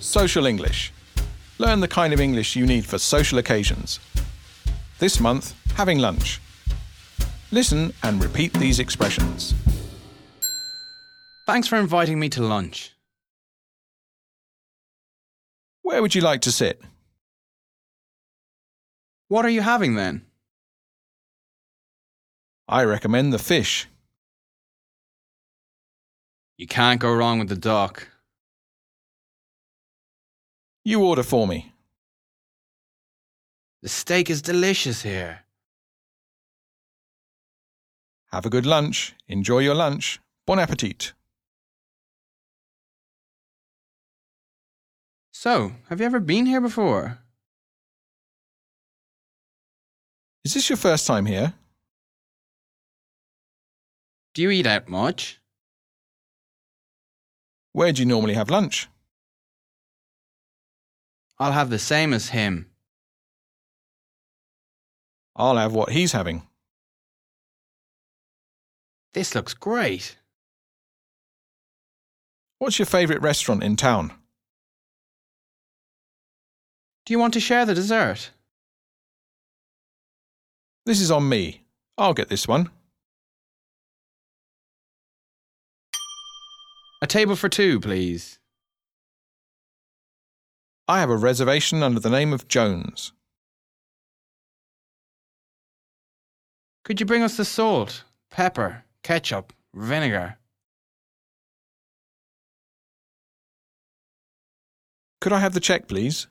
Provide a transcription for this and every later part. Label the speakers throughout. Speaker 1: Social English. Learn the kind of English you need for social occasions. This month, having lunch. Listen and repeat these expressions.
Speaker 2: Thanks for inviting me to lunch.
Speaker 1: Where would you like to sit?
Speaker 2: What are you having then?
Speaker 1: I recommend the fish.
Speaker 2: You can't go wrong with the duck.
Speaker 1: You order for me.
Speaker 2: The steak is delicious here.
Speaker 1: Have a good lunch. Enjoy your lunch. Bon appetit.
Speaker 2: So, have you ever been here before?
Speaker 1: Is this your first time here?
Speaker 2: Do you eat out much?
Speaker 1: Where do you normally have lunch?
Speaker 2: I'll have the same as him.
Speaker 1: I'll have what he's having.
Speaker 2: This looks great.
Speaker 1: What's your favourite restaurant in town?
Speaker 2: Do you want to share the dessert?
Speaker 1: This is on me. I'll get this one.
Speaker 2: A table for two, please.
Speaker 1: I have a reservation under the name of Jones.
Speaker 2: Could you bring us the salt, pepper, ketchup, vinegar?
Speaker 1: Could I have the check, please?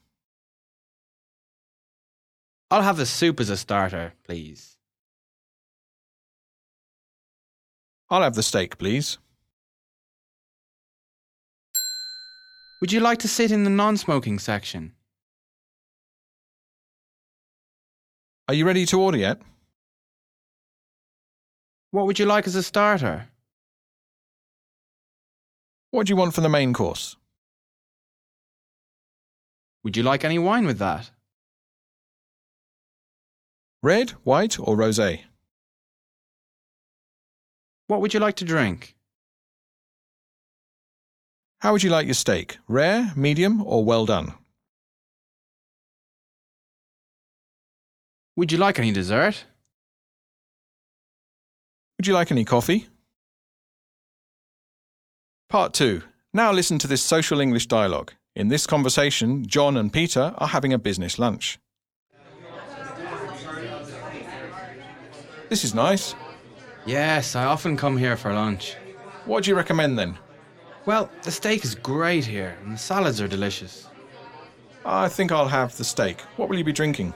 Speaker 2: I'll have the soup as a starter, please.
Speaker 1: I'll have the steak, please.
Speaker 2: Would you like to sit in the non smoking section?
Speaker 1: Are you ready to order yet?
Speaker 2: What would you like as a starter?
Speaker 1: What do you want for the main course?
Speaker 2: Would you like any wine with that?
Speaker 1: Red, white, or rosé?
Speaker 2: What would you like to drink?
Speaker 1: How would you like your steak? Rare, medium, or well done?
Speaker 2: Would you like any dessert?
Speaker 1: Would you like any coffee? Part 2. Now listen to this social English dialogue. In this conversation, John and Peter are having a business lunch. This is nice.
Speaker 2: Yes, I often come here for lunch.
Speaker 1: What do you recommend then?
Speaker 2: Well, the steak is great here, and the salads are delicious.
Speaker 1: I think I'll have the steak. What will you be drinking?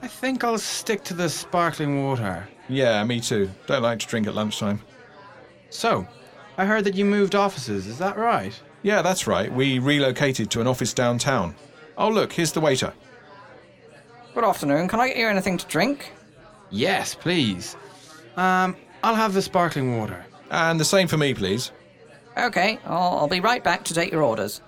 Speaker 2: I think I'll stick to the sparkling water.
Speaker 1: Yeah, me too. Don't like to drink at lunchtime.
Speaker 2: So, I heard that you moved offices, is that right?
Speaker 1: Yeah, that's right. We relocated to an office downtown. Oh, look, here's the waiter.
Speaker 3: Good afternoon. Can I get you anything to drink?
Speaker 2: Yes, please. Um, I'll have the sparkling water.
Speaker 1: And the same for me, please.
Speaker 3: Okay, I'll, I'll be right back to take your orders.